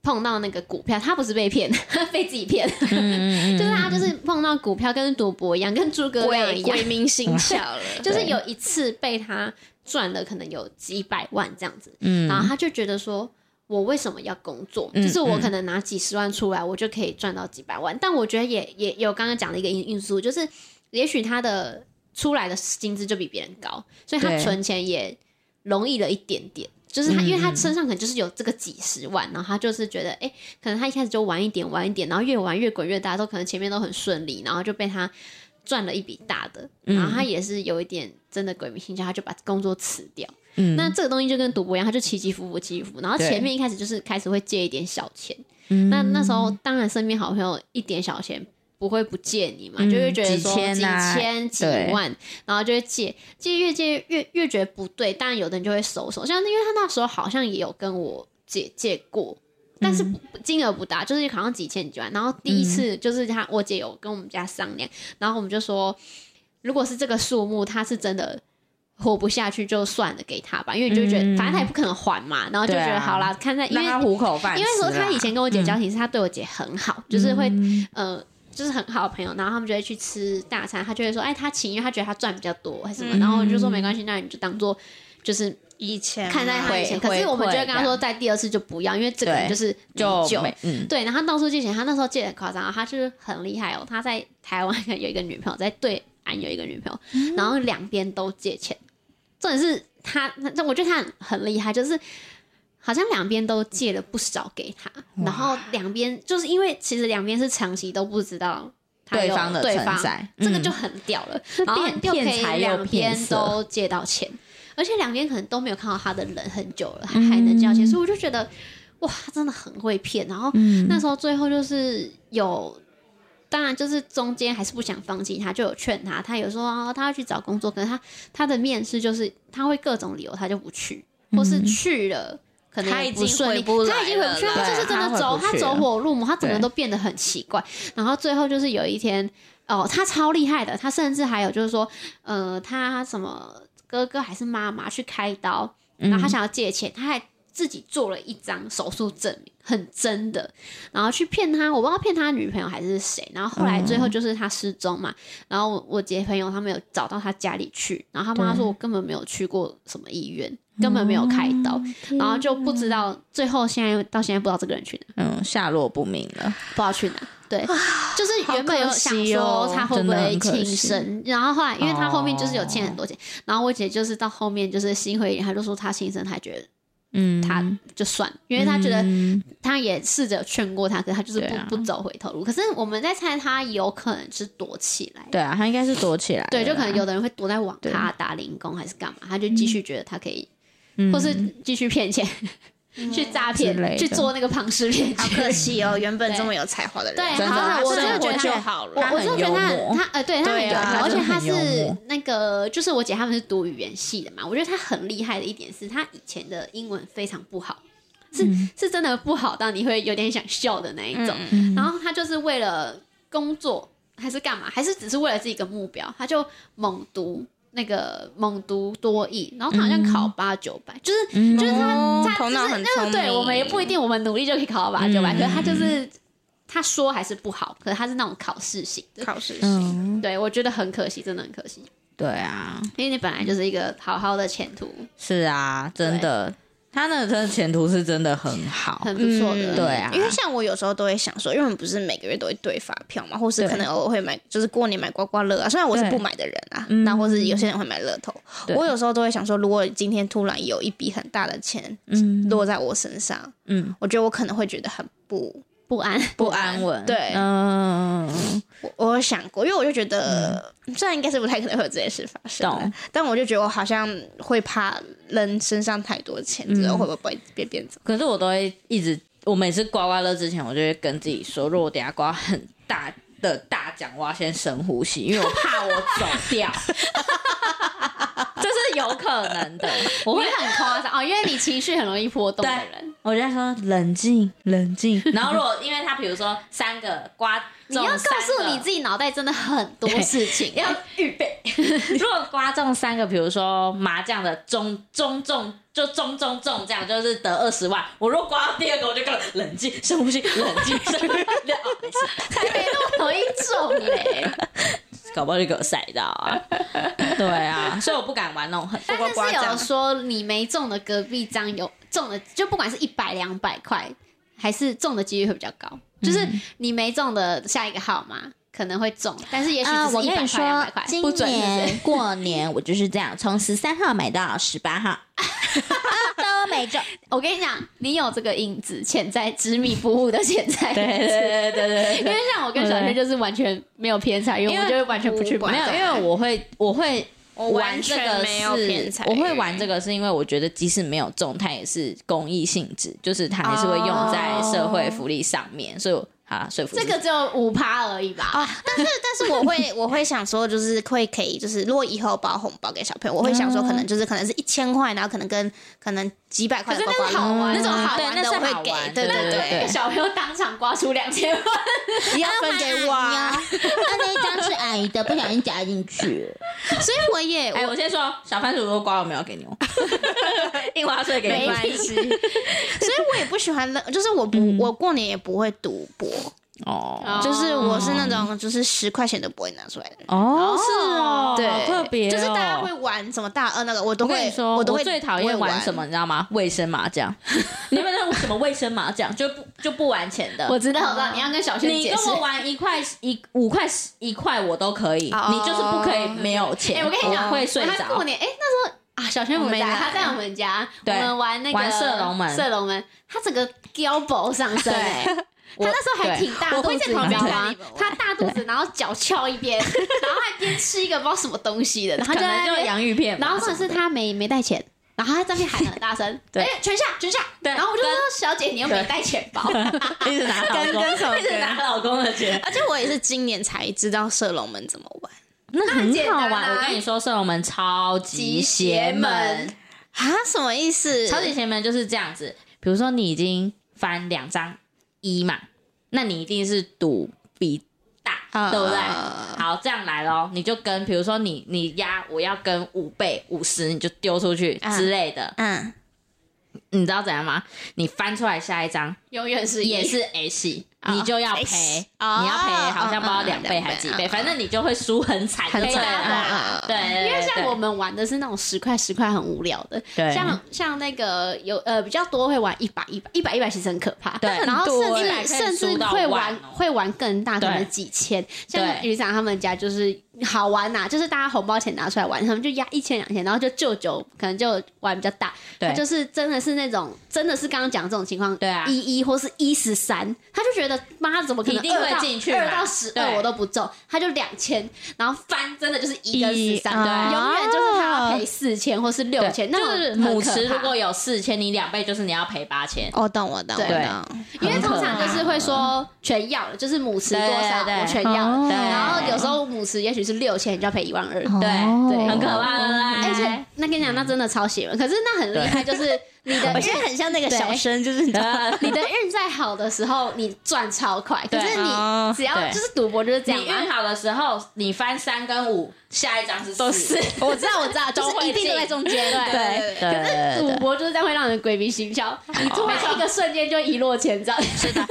碰到那个股票，他不是被骗， 他被自己骗，嗯 就是他就是碰到股票跟赌博一样，跟诸葛亮鬼一样鬼，迷心窍 了，就是有一次被他赚了可能有几百万这样子，嗯然后他就觉得说。我为什么要工作？嗯就是我可能拿几十万出来，我就可以赚到几百万。但我觉得也也有刚刚讲的一个因因素，就是也许他的出来的薪资就比别人高，所以他对存钱也容易了一点点。就是他，因为他嗯身上可能就是有这个几十万，然后他就是觉得，哎、可能他一开始就玩一点，玩一点，然后越玩越滚越大，都可能前面都很顺利，然后就被他赚了一笔大的，嗯然后他也是有一点真的鬼迷心窍，他就把工作辞掉。嗯那这个东西就跟赌博一样，他就起起伏伏，起起伏伏。然后对嗯前面一开始就是开始会借一点小钱，那那时候当然身边好朋友一点小钱不会不借你嘛，嗯就会觉得说几千啊几千几对万，然后就会借，借越借越越觉得不对，当然有的人就会收手。像因为他那时候好像也有跟我借借过。但嗯是不金额不大，就是好像几千几万。然后第一次就是他，我姐有跟我们家商量，然后我们就说，如果是这个数目，他是真的活不下去，就算了，给他吧，因为你就会觉得、嗯反正他也不可能还嘛，然后就对觉啊得好啦，看在因让为他糊口饭吃啊因啦。为说他以前跟我姐交情是他对我姐很好，就是会嗯呃，就是很好的朋友，然后他们就会去吃大餐，他就会说，哎，他请，因为他觉得他赚比较多还是什么，嗯然后我就说没关系，那你就当做就是以嗯前啊看在他以前，回可是我们回就会跟馈他这说，在第二次就不要，因为这个人对就是就你酒没嗯对，然后他到处借钱，他那时候借的夸张，他就是很厉害哦。他在台湾有一个女朋友，在对岸有一个女朋友，嗯然后两边都借钱。重点是他，那我觉得他很很厉害，就是好像两边都借了不少给他，然后两边就是因为其实两边是长期都不知道他对有方的对存方，在这个嗯就很屌了。是然后变又可骗以财又两骗边色都嗯借到钱，而且两边可能都没有看到他的人很久了，还还能借到钱，所以我就觉得哇，他真的很会骗。然后嗯那时候最后就是有，当然就是中间还是不想放弃他，就有劝他。他有说、哦、他要去找工作，可是他他的面试就是他会各种理由他就不去，或嗯是去了。可能他也已不经顺利回不他已经回来不去了，了他对就是真的走，他回不去他了走火入魔，他整个对都变得很奇怪。然后最后就是有一天，哦，他超厉害的，他甚至还有就是说，呃，他什么哥哥还是妈妈去开刀，然嗯后他想要借钱，他还自己做了一张手术证明，很真的，然后去骗他，我不知道骗他女朋友还是谁，然后后来嗯最后就是他失踪嘛，然后我我姐朋友他们有找到他家里去，然后他妈对说我根本没有去过什么医院，根本没有开哦刀，然后就不知啊道最后现在到现在不知道这个人去哪，嗯，下落不明了。不知道去哪。对，就是原本有想啊好可说惜哦他会真不的很会可轻惜哦生，然后后来因为他后面就是有欠很多钱，然后我姐就是到后面就是心灰意冷，她就说她轻生，她觉得嗯，她就算，了，因为她觉得嗯她也试着劝过他，可是他就是不、对啊不走回头路。可是我们在猜他有可能是躲起来，对啊，他应该是躲起来了啦，对，就可能有的人会躲在网对咖打零工还是干嘛，他就继续觉得他可以，嗯，或是继续骗钱、去诈之类骗、的去做那个庞氏骗好局。可惜 哦，原本这么有才华的啊人，对真的好他我真的生觉活得就他好我了，我他真很的觉幽得他默很他呃，对他很对有啊才，他而且真的他很幽是默那个就是我姐他们是读语言系的嘛，我觉得他很厉害的一点是他以前的英文非常不好，是、嗯是真的不好到你会有点想笑的那一种。嗯嗯然后他就是为了工作还是干嘛，还是只是为了自己一个目标，他就猛读那个猛读多译，然后他好嗯像考八九百，就是、就是他他嗯哦头脑就是很那个聪对我们也不一定，我们努力就可以考到八九嗯百，可是他就是他说还是不好，可是他是那种考试型的。考试嗯，对，我觉得很可惜，真的很可惜，对啊，因为你本来就是一个好好的前途，是啊，真的，他那个前途是真的很好很，不错的。对啊因为像我有时候都会想说，因为我们不是每个月都会兑发票嘛，或是对可能偶尔会买，就是过年买刮刮乐啊。虽然我是对不买的人啊嗯，那或是有些人会买乐透，对我有时候都会想说，如果今天突然有一笔很大的钱嗯落在我身上，嗯，我觉得我可能会觉得很不，不安，不安稳，对嗯，我我有想过，因为我就觉得，虽然应该是不太可能会有这件事发生啊懂，但我就觉得我好像会怕扔身上太多钱之嗯后会不会被变走。可是我都会一直，我每次刮刮乐之前，我就会跟自己说，如果我等一下刮很大的大奖，我要先深呼吸，因为我怕我走 掉，这是有可能的。我我会会，很夸张哦，因为你情绪很容易波动的对人，我就在说冷静，冷静。 然后如果因为他比如说三个刮，你要告诉你自己脑袋真的很多事情， 要预备。如果刮中三个，比如说麻将的中中中就中中中这样，就是得二十万。我如果刮到第二个，我就跟我冷静深呼吸，冷静深呼吸。哦没事，才没那么容易中欸嘞、搞不好就给我晒到啊！对啊，所以我不敢玩那种很但刮是刮是有奖说你没中的隔壁张有中的，就不管是一百两百块，还是中的几率会比较高。就是嗯你没中的下一个号码可能会中，但啊是也许只是一百块两百块，不准是不是过年我就是这样，从十三号买到十八 号，都没中。 我跟你讲，你有这个因子，潜在执迷不悟的 潜在因对对子。对对对因对为像我跟小轩就是完全没有偏差，因为我们就会完全不去对，没买。有，因为我会我会我玩这个是，我会玩 这个，个是因为我觉得即使没有中，它也是公益性质，就是它还是会用在社会福利上面，所以我啊，说服这个只有五趴而已吧。哦啊但是我会我会想说，就是会可以，就是如果以后包红包给小朋友，我会想说，可能就是可能是一千块，然后可能跟可能几百块的可刮是那刮是好乐，玩那种好对玩那的是我会好给玩，对对对对对，对小朋友当场刮出两千万， 你要分给我啊。啊，那一张是阿姨的，不小心夹进去。所以我也哎，我我先说，小番薯如果刮我没有给你 哦，印花税给没你关系， 所以我也不喜欢扔，就是我不我过年也不会赌博，嗯哦就是我是那种就是十块钱都不会拿出来的人。哦是哦，对，好特别哦，就是大家会玩什么大二那个，我都我跟会你，说，我都会最讨厌不会玩什么，你知道吗？卫生麻 将。你们那种什么卫生麻将，就不就不玩钱的。我知道，我知道，你要跟小轩你解跟释。我玩一块一五块十一块我都可以，哦你就是不可以没有钱。哎、我跟你讲，会睡他过着。年，哎、那时候啊，小轩我们我没在，来他在我们家，我对们玩那个玩射龙门射龙门，他整个腰部上 身、哎他我那时候还挺大对我肚会子，在你旁知边道吗看你们玩？他大肚子，然后脚翘一 边，然后还边吃一个不知道什么东西的，然后可就在能那就边。洋芋片吧，然后或者是他没没带钱，然后他在那边喊得很大声， 对哎，全下全下，对然后我就说小姐你又没带钱 包，一直拿老跟公，跟什 么一直拿老公的钱，啊而且我也是今年才知道射龙门怎么玩那很简好单玩。啊我跟你说，射龙门超级邪门，啊？什么意思？超级邪门就是这样子。比如说你已经翻两张一嘛，那你一定是赌比大，啊对不对？好，这样来咯，你就跟，比如说你你压我要跟五倍五十，你就丢出去啊之类的，嗯，你知道怎样吗？你翻出来下一张永远是也是 S，你就要赔，哦你要赔，好像不知道嗯嗯两倍还是几两倍，倍反正你就会输很惨，很就对惨了啦嗯嗯嗯对，对对啊因为对像我们玩的是那种十块十块很无聊的，对像像那个有呃比较多会玩一百一百一百一百其实很可怕，对 然后甚很多欸至甚可以输至到会万玩哦会玩更大，可对能几千。像对旅长他们家就是好玩呐、就是大家红包钱拿出来玩，他们就压一千两千，然后就舅舅可能就玩比较大，对他就是真的是那种真的是刚刚讲的这种情况，对啊一一或是一十三，他就觉得妈怎么可能一定会2到进去嘛啊二到十对二我都不中，他就两千，然后翻真的就是一跟一啊十三，对，永远就是他要赔四千或是六千，那就是种很母可池如怕果有四千，你两倍就是你要赔八千。我哦懂，我懂，我对懂。因为很可通常就怕是会说全要了，就是母池多少对对对我全要了，哦然后有时候母池也许是六千，你就要赔一万二，对哦对很可怕的啦。而且那跟你讲，那真的超邪门，可是那很厉害，就是你 的我觉得很像那个小生，就是你知道呃你的运再好的时候，你赚超快，可对是你哦只要对就是赌博就是这样你嘛运。好的时候，你翻三跟五，下一张是都是 我知道，我知道，就都是会一定都在中间，对。对对赌博就是这样会让人鬼迷心窍，你突然一个瞬间就一落千丈，是 的。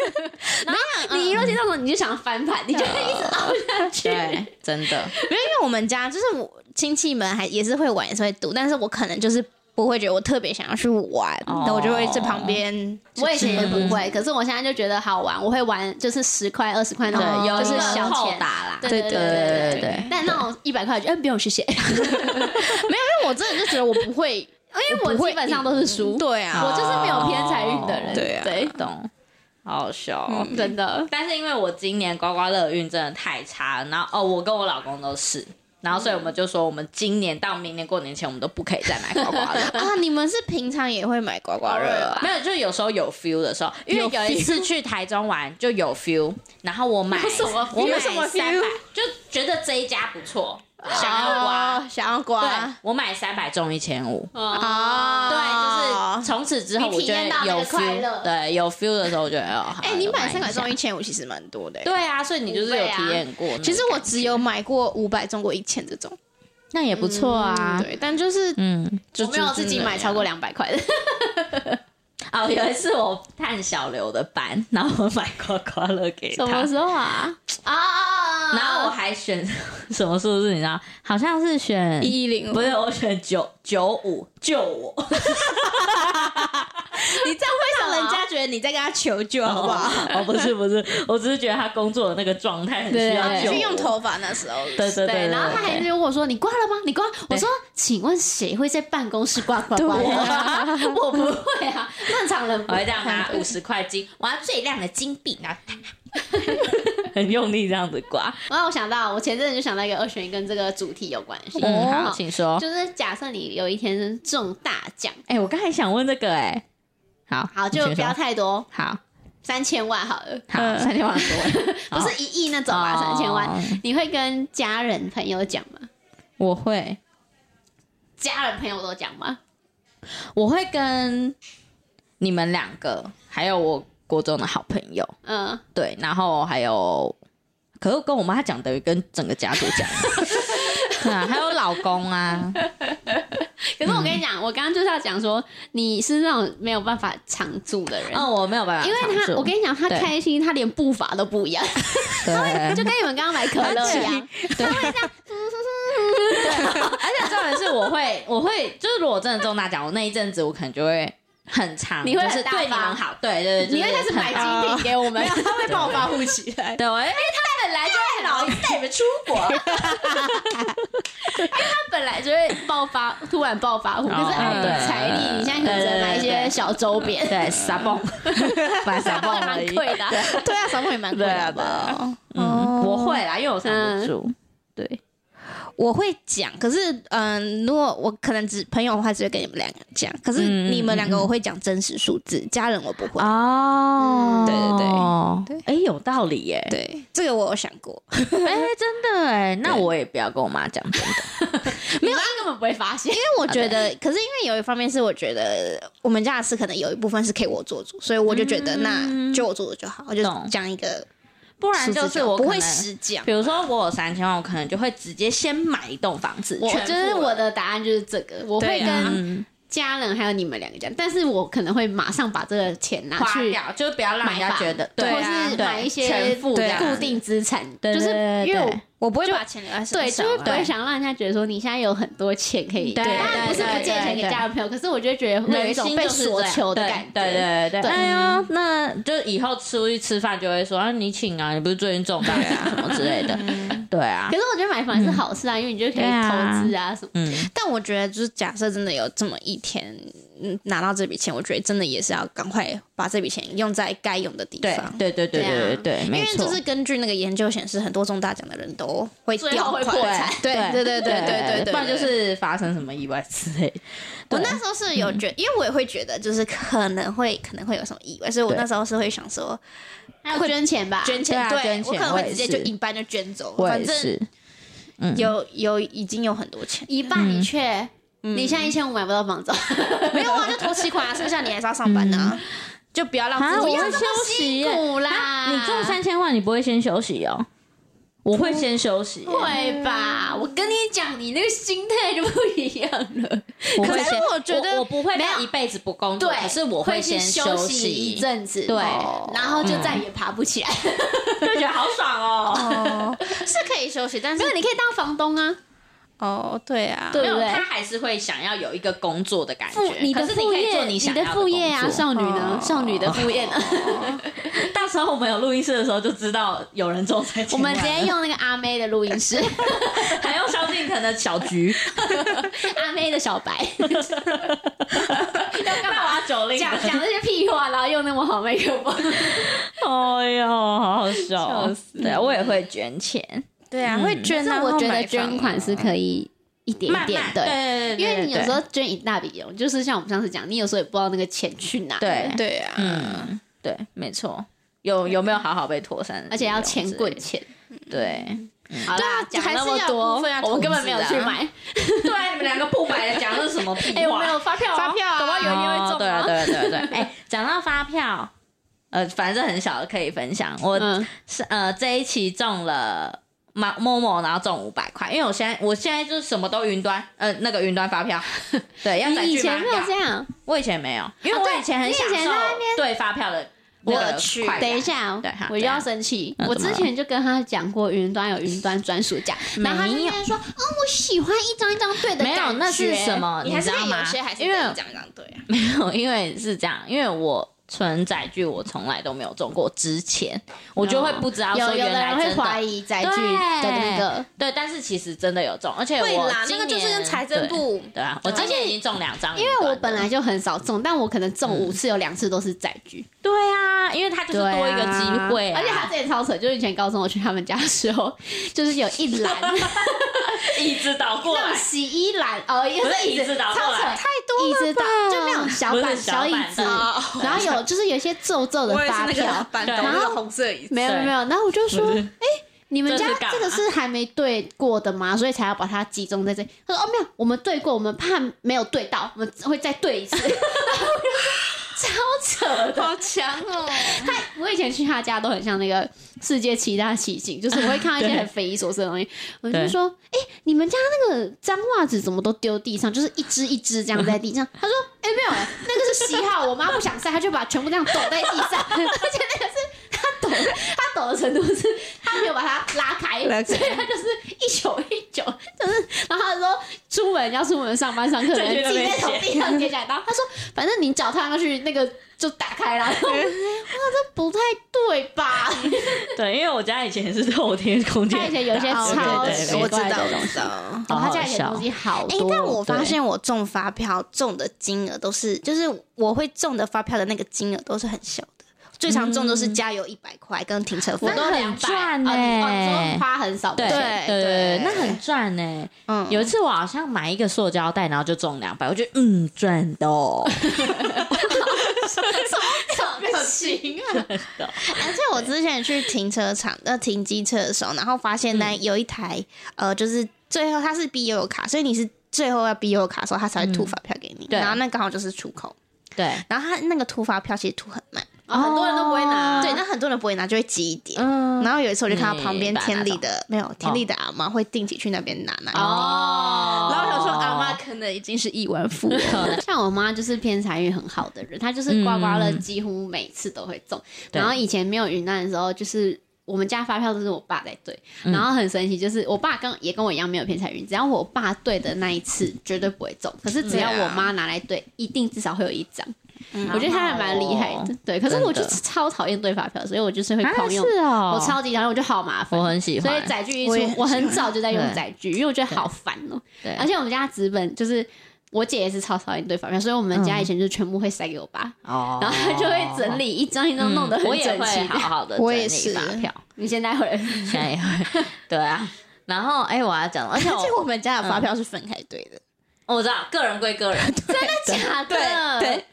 然后你一落千丈的时候，你就想翻盘，你就会一直凹下去。对，真的没有， 因为我们家就是我亲戚们还也是会玩，也是会赌，但是我可能就是不会觉得我特别想要去玩，哦那、我就会在旁边。我以前也不会，可是我现在就觉得好玩，我会玩就是十块、二十块那对，种，有哦就是一个小扣钱。打啦。对对对对对对对但那种一百块，我觉得嗯，不用谢谢，因为我真的就觉得我不会， 因为我基本上都是输，对啊， 我就是没有偏财运的人。对啊对，嗯懂，哦好笑哦。真的。但是因为我今年刮刮乐运真的太差了，然后哦，我跟我老公都是，然后所以我们就说，我们今年到明年过年前，我们都不可以再买刮刮乐。啊！你们是平常也会买刮刮乐啊？没有，就有时候有 feel 的时候，因为有一次去台中玩就有 feel，然后我买什么 feel？我买有什么三 feel？百，就觉得这一家不错，想要刮。哦想要对刮，我买三百中一千五，哦，对，就是从此之后你我体觉得验到那有个快 feel，乐对，有 feel 的时候我觉得哦，好哎、你买三百一下中一千五，其实蛮多的、欸。对啊，所以你就是有五倍啊体验过那个感觉。其实我只有买过五百中过一千这种，那也不错啊，对，但就是嗯，我没有自己买超过两百块的，哦，有一次我探小刘的班，然后我买刮刮乐给他，候啊？啊啊！然后我还选 什么数字？你知道？好像是选一一零五不。是我选九九五救我，你这样会啊让人家觉得你在跟他求救，好不好？ 哦，不是不是，我只是觉得他工作的那个状态很需要对救去我。用头发那时候，对对对，然后他还对问我说：“你刮了吗？你刮？”我说：“请问谁会在办公室刮 刮刮啊乐？ 我不会啊，正常人不我会会这样拿五十块金，我要最亮的金币，然后 很用力这样子刮。然后我想到，我前阵子就想到一个二选一跟这个主题有关系，嗯，好，请说。就是假设你有一天中大奖，哎，我刚才想问这个，哎，好，好就请不说要太多，好，三千万好了，好，三千万多， 不是一亿那种吧，三千万，哦你会跟家人朋友讲吗？我会，家人朋友都讲吗？我会跟你们两个，还有我国中的好朋友，嗯，对，然后还有，可是跟我妈讲，等于跟整个家族 讲，对啊，还有老公啊，可是我跟你讲，我刚刚就是要讲说，你是那种没有办法常住的人，哦，我没有办法因常为住，嗯他，我跟你讲，他对开心，他连步伐都不一样，就对，跟你们刚刚 买可乐一样，对，而且重点是我会，我会，就是如果我真的中大奖，我那一阵子我可能就会很长，你会就是很大对你方们好，对对对，你会就开是始很买大精品给我们，他会帮我 保护起来。 对，我会本来就会老带你们出 国，因为他本来就会爆发，突然爆发户，可是碍于财力，你现在可能只能买一些小周边，对傻蹦， 买傻蹦而 蛮已，贵的哦啊。 对啊，小朋友也蛮贵对啊的吧？嗯，我会啦，因为我藏不住，对，我会讲，可是嗯，如果我可能只朋友的话，只会跟你们两个讲。可是嗯嗯你们两个嗯嗯我会讲真实数字，家人我不会。哦，对对对，哎，有道理耶，对，这个我有想 过。哎，真的哎，那我也不要跟我妈讲真的，没有，根本不会发现，因为我觉得，可是因为有一方面是我觉得我们家的事可能有一部分是给我做主，所以我就觉得那就我做主就好，我就嗯懂讲一个不数然字就好，是我不可会能实讲比。如说我有三千万，我可能就会直接先买一栋房子，我全就是部我的答案就是这个，我对会啊跟嗯家人还有你们两个讲，但是我可能会马上把这个钱拿花去掉，就不要让人买家房觉得对，或啊是对买一些全付固这样固定资产，对就是对因为我对我不会把钱留在身对，上就啊，是不会想让人家觉得说你现在有很多钱可以，对当然不是对不对借钱给对家人朋友，可是我就觉得会有一种被索求的感觉，对对对对，对哎呀，那就以后出去吃饭就会说啊，你请啊，你不是最近中大奖什么之类 的，对啊可，是我觉得买房是好事啊，因为你就可以对啊投资啊什么。嗯，但我觉得，就是假设真的有这么一天，嗯，拿到这笔钱，我觉得真的也是要赶快把这笔钱用在该用的地对方。对对对对对啊对，因没为错这是根据那个研究显示，很多中大奖的人都会最掉后会款破产对对对对对对对，不然就对是发生什么意外之类的。我对嗯那时候是有觉，因为我也会觉得，就是可能会可能会有什么意外，所以我对那时候是会想说还有捐钱吧，捐对钱，啊捐钱我可能我会也直接是就一半就捐走，我反也正是，嗯有有已经有很多钱，一半你却，嗯你现在一千五买不到房子， 没有啊，就投期款啊，剩下你还是要上班呢，就不要让自己 嗯啊我不要会休息耶，啊苦啦，你中三千万，你不会先休息哦？我会先休息耶，会吧？我跟你讲，你那个心态就不一样了。我可会是先我觉得我不会没到有一辈子不工作，对，可是我会先去休息一就阵子，哦嗯对然后就再也爬不起来。觉得好爽哦。 哦，是可以休息，但是没有，你可以当房东啊，哦，对啊，对没不有，对他？还是会想要有一个工作的感觉副。你的可是副可以做业，你你想要的副业啊，工作少女呢哦？少女的副 业呢？到时候我们有录音室的时候就知道有人中三千万我们直接用那个阿妹的录音室， 还用萧敬腾的小 菊，阿妹的小 白，要干嘛九零？讲讲这些屁话，然后用那么好麦克风， 哎呦，好好笑哦！对啊，我也会捐钱，对啊，嗯会捐但啊，是我觉然后得买房捐款是可以一点一点对的。对对，因为你有时候候捐一大笔哦，就是像我们上次讲，你有时候也不知道那个钱去哪。对对啊，嗯，对，没错。有有没有好好被妥善？而且要钱滚。钱。对，好啦，讲还是那么要有部多分要，我们根投本资没有啊去买。对啊，你们两个不摆的讲的是什么屁 哎，我们有发票哦，发票啊搞不好有一定会哦中对啊啊，对啊对啊 对啊。哎，讲到发票，呃，反正很小的可以分享。我嗯，是呃这一期中了某某某，然后中五百块，因为我现在我现在就是什么都云端，呃，那个云端发 票，对，要载你以具前吗？没有这要样。我以前没有，因为我以前很享你以前受在那对发票的那个乐趣快感等一，下哦对好，我又要生气嗯。我怎么之了前就跟他讲过，云端有云端专属价，然后他就没有在说，哦，我喜欢一张一张对的没有感那是觉什？么？你还是知可道以有吗些还？是因因为为讲一讲对啊，没有，因为是这样，因为我。存载具我从来都没有中过，之前我就会不知道有说有原的来人真会的怀疑载具的那个，对，啊但是其实真的有中，而且会我啦，那今个就是年跟财政对部对啊，我今年已经中两张云因端了，为我本来就很少中，但我可能中五次有两次都是载具。啊对啊，因为他嗯就是多一个机会、啊而且他之前超扯，就是以前高中我去他们家的时候，就是有一 篮椅子倒过那种洗衣篮，哦，也不是椅子倒过超扯，来太多椅子倒就那种小不板是小板椅子，然后有就是有一些皱皱的我也是发那个票，板对凳，那个红色椅子，没有没有，然后我就说，不是哎。你们这家是干嘛这个是还没对过的吗？所以才要把它集中在这里。他说：“哦，没有，我们对过，我们怕没有对到，我们会再对一次。” 然后我就超扯的， 好强哦！ 我以前去他家都很像那个世界其他奇景，就是我会看到一些很匪夷所思的东西，我就说：“哎、你们家那个脏袜子怎么都丢地上？就是一只一只这样在地上。”他说：“哎、没有、那个是洗好，我妈不想晒，她就把全部这样抖在地上，而且那个是她抖，她抖的程度是她没有把它拉开，拉所开以她就是一球一球，就是然后她说出门要出门上班上课，在人那自己边在写抖地上跌下来，然后她说：反正你脚踏上去那个就打开啦。然后我不太对吧？对，因为我家以前是透天空间，他以前 有一些哦超对对奇对我怪知道，的我东西，知道。好哦他好家以前笑东西好哎、多。但我发对现我中发票中的金额都是，就是我会中的发票的那个金额都是很小的，最常中嗯都是加油一百块跟停车费我。都两百赚哦，你哦欸你说花很少对的钱， 对对对，那很赚呢。嗯有一次我好像买一个塑胶袋，然后就中两百，我觉得嗯赚的 哦。好热情啊！而且我之前去停车场呃停机车的时候，然后发现嗯呢有一台、呃就是最后它是 B U 卡，所以你是最后要 B U 卡的时候，它才会嗯吐发票给你。对然后那刚好就是出口，对，然后它那个吐发票其实吐很慢，哦很多人都不会拿，对，那很多人不会拿，就会急一点。嗯然后有一次我就看你到旁边把它拿天利的没有天利的阿妈会定期去那边拿那一哦然后我想说阿妈可能已经是亿万富翁， 像我妈就是偏财运很好的人，她就是刮刮嗯乐几乎每次都会中。对然后以前没有云南的时候，就是我们家发票都是我爸在对，嗯然后很神奇，就是我爸跟也跟我一样没有偏财运，只要我爸对的那一次绝对不会中，可是只要啊我妈拿来对，一定至少会有一张。嗯我觉得她还蛮厉害哦的，对。可是我就是超讨厌对发票，所以我就是会啊狂用，是哦，我超级讨厌，我就好麻烦我。很喜所以欢，载具一出我也很，喜欢我很早就在用对载具，因为我觉得好烦哦、对而且我们家纸本就是我姐也是超讨厌对发票，所以我们家以前就全部会塞给我爸，哦嗯然后他就会整理一张一张弄得我很也整会齐。好好的我也是发票，你现在会？现在也会， 对啊。然后哎，我要讲了，而且嗯而且我 我们家嗯的发票是分开对的，我知道个人归个人， 假 的？对，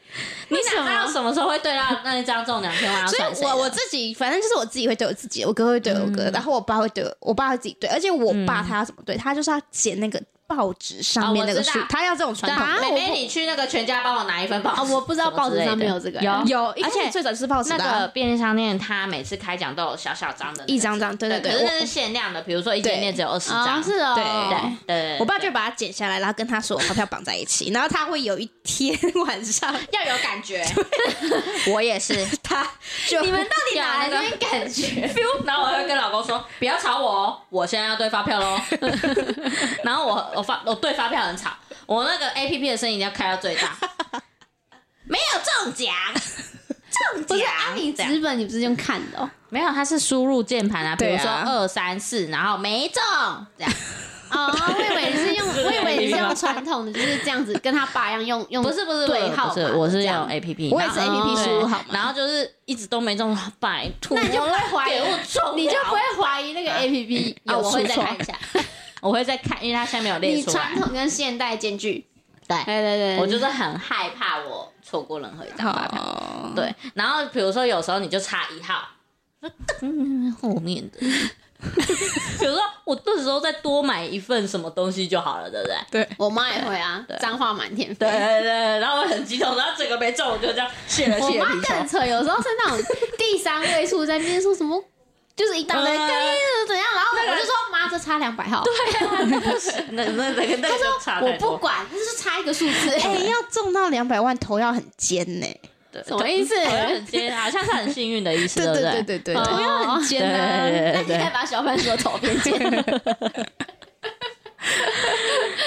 你哪知道什么时候会对到那一张中两千万要所算以谁的？嗯我我自己反正就是我自己会对我自己，我哥会对我哥，然后我爸会对我，我爸会自己对，而且我爸他要怎么对，他就是要剪那个报纸上面哦那个我知道数，他要这种传统哦啊的。妹妹，你去那个全家帮我拿一份报啊，纸。我不知道报纸上面有这个。有有，哦而且一开始最早就是报纸的那啊个便利商店，它每次开奖都有小小张的那个纸，一张张，对对可是对，那是限量的，比如说一间对店只有二十啊，张，是哦。对对对对，我我爸就把它剪下来，然后跟他说我发票绑在一起，然 后他会有一天晚上， 要有感觉， 我也是， 他就啊你们到底哪来有那的 感觉？然后我会跟老公说不要吵我哦，我现在要对发票喽。然后我我发我对发票很吵，我那个 A P P 的声音一定要开到最大，没有中奖，中奖不是啊，你这样纸本你不是用看的哦？没有，它是输入键盘啊，比如对说啊二三四，然后没中这样。哦，我以为你是用，我以为你是是吗用传统的，就是这样子，跟他爸一样用用。不是不是对号不码是，我是这样用 A P P，我也是 APP 输入好，然后就是一直都没中，拜托，那你就不会怀给我疑，中，你就不会怀疑那个 A P P 哦啊有我出会再错看一下，我会再看，因为它下面有列你出来传，统跟现代兼具。对对对对，我就是很害怕我错过任何一张发票。好，对，然后比如说有时候你就差一号，嗯，后面的。 比如说我那时候再多买一份什么东西就好了，对不对？我妈也会啊，脏话满天飞对。对对，然后我很激动，然后整个没中，我就这样谢了我谢了妈皮球更。扯，有时候是那种第三位数在那边说什么，就是一 大堆嗯对怎样，然后我就说妈，这差两百号。对，那那那个那个就差我太不多。管，这是差一个数字。哎，要中到两百万头要很尖呢， 对 什么意思好像很尖，好像是很幸运的意思， 对不对对对对，哦头要很尖啊，对对对那你对可以把小贩说头变 尖。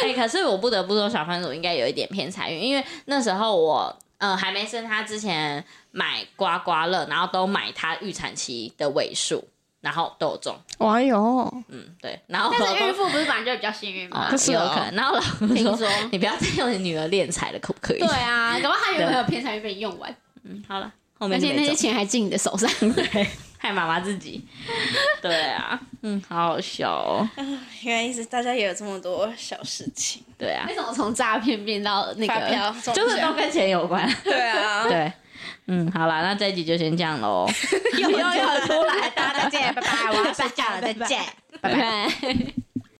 哎、可是我不得不说，小番薯应该有一点偏财运，因为那时候我呃还没生他之前买刮刮乐，然后都买他预产期的尾数，然后都有中，哎呦，嗯，对，然后但是 啊孕妇不是本来就比较幸运啊吗？是有哦可能，然后老公听说嗯说。 你不要再用你女儿敛财了，可不可以？对啊，搞不好她原本有偏财运被你用完，嗯，好了，后而面就且那没些中，钱还进你的手上。害妈妈自己。对啊，嗯，好好笑哦。原来意思大家也有这么多小事情，对啊 为，什么从诈骗变到那发个？票就是都跟钱有关。对啊， 对，嗯，好啦，那这一集就先这样喽。 又又出来，大家再见，拜拜，我要睡觉了，再见。拜拜。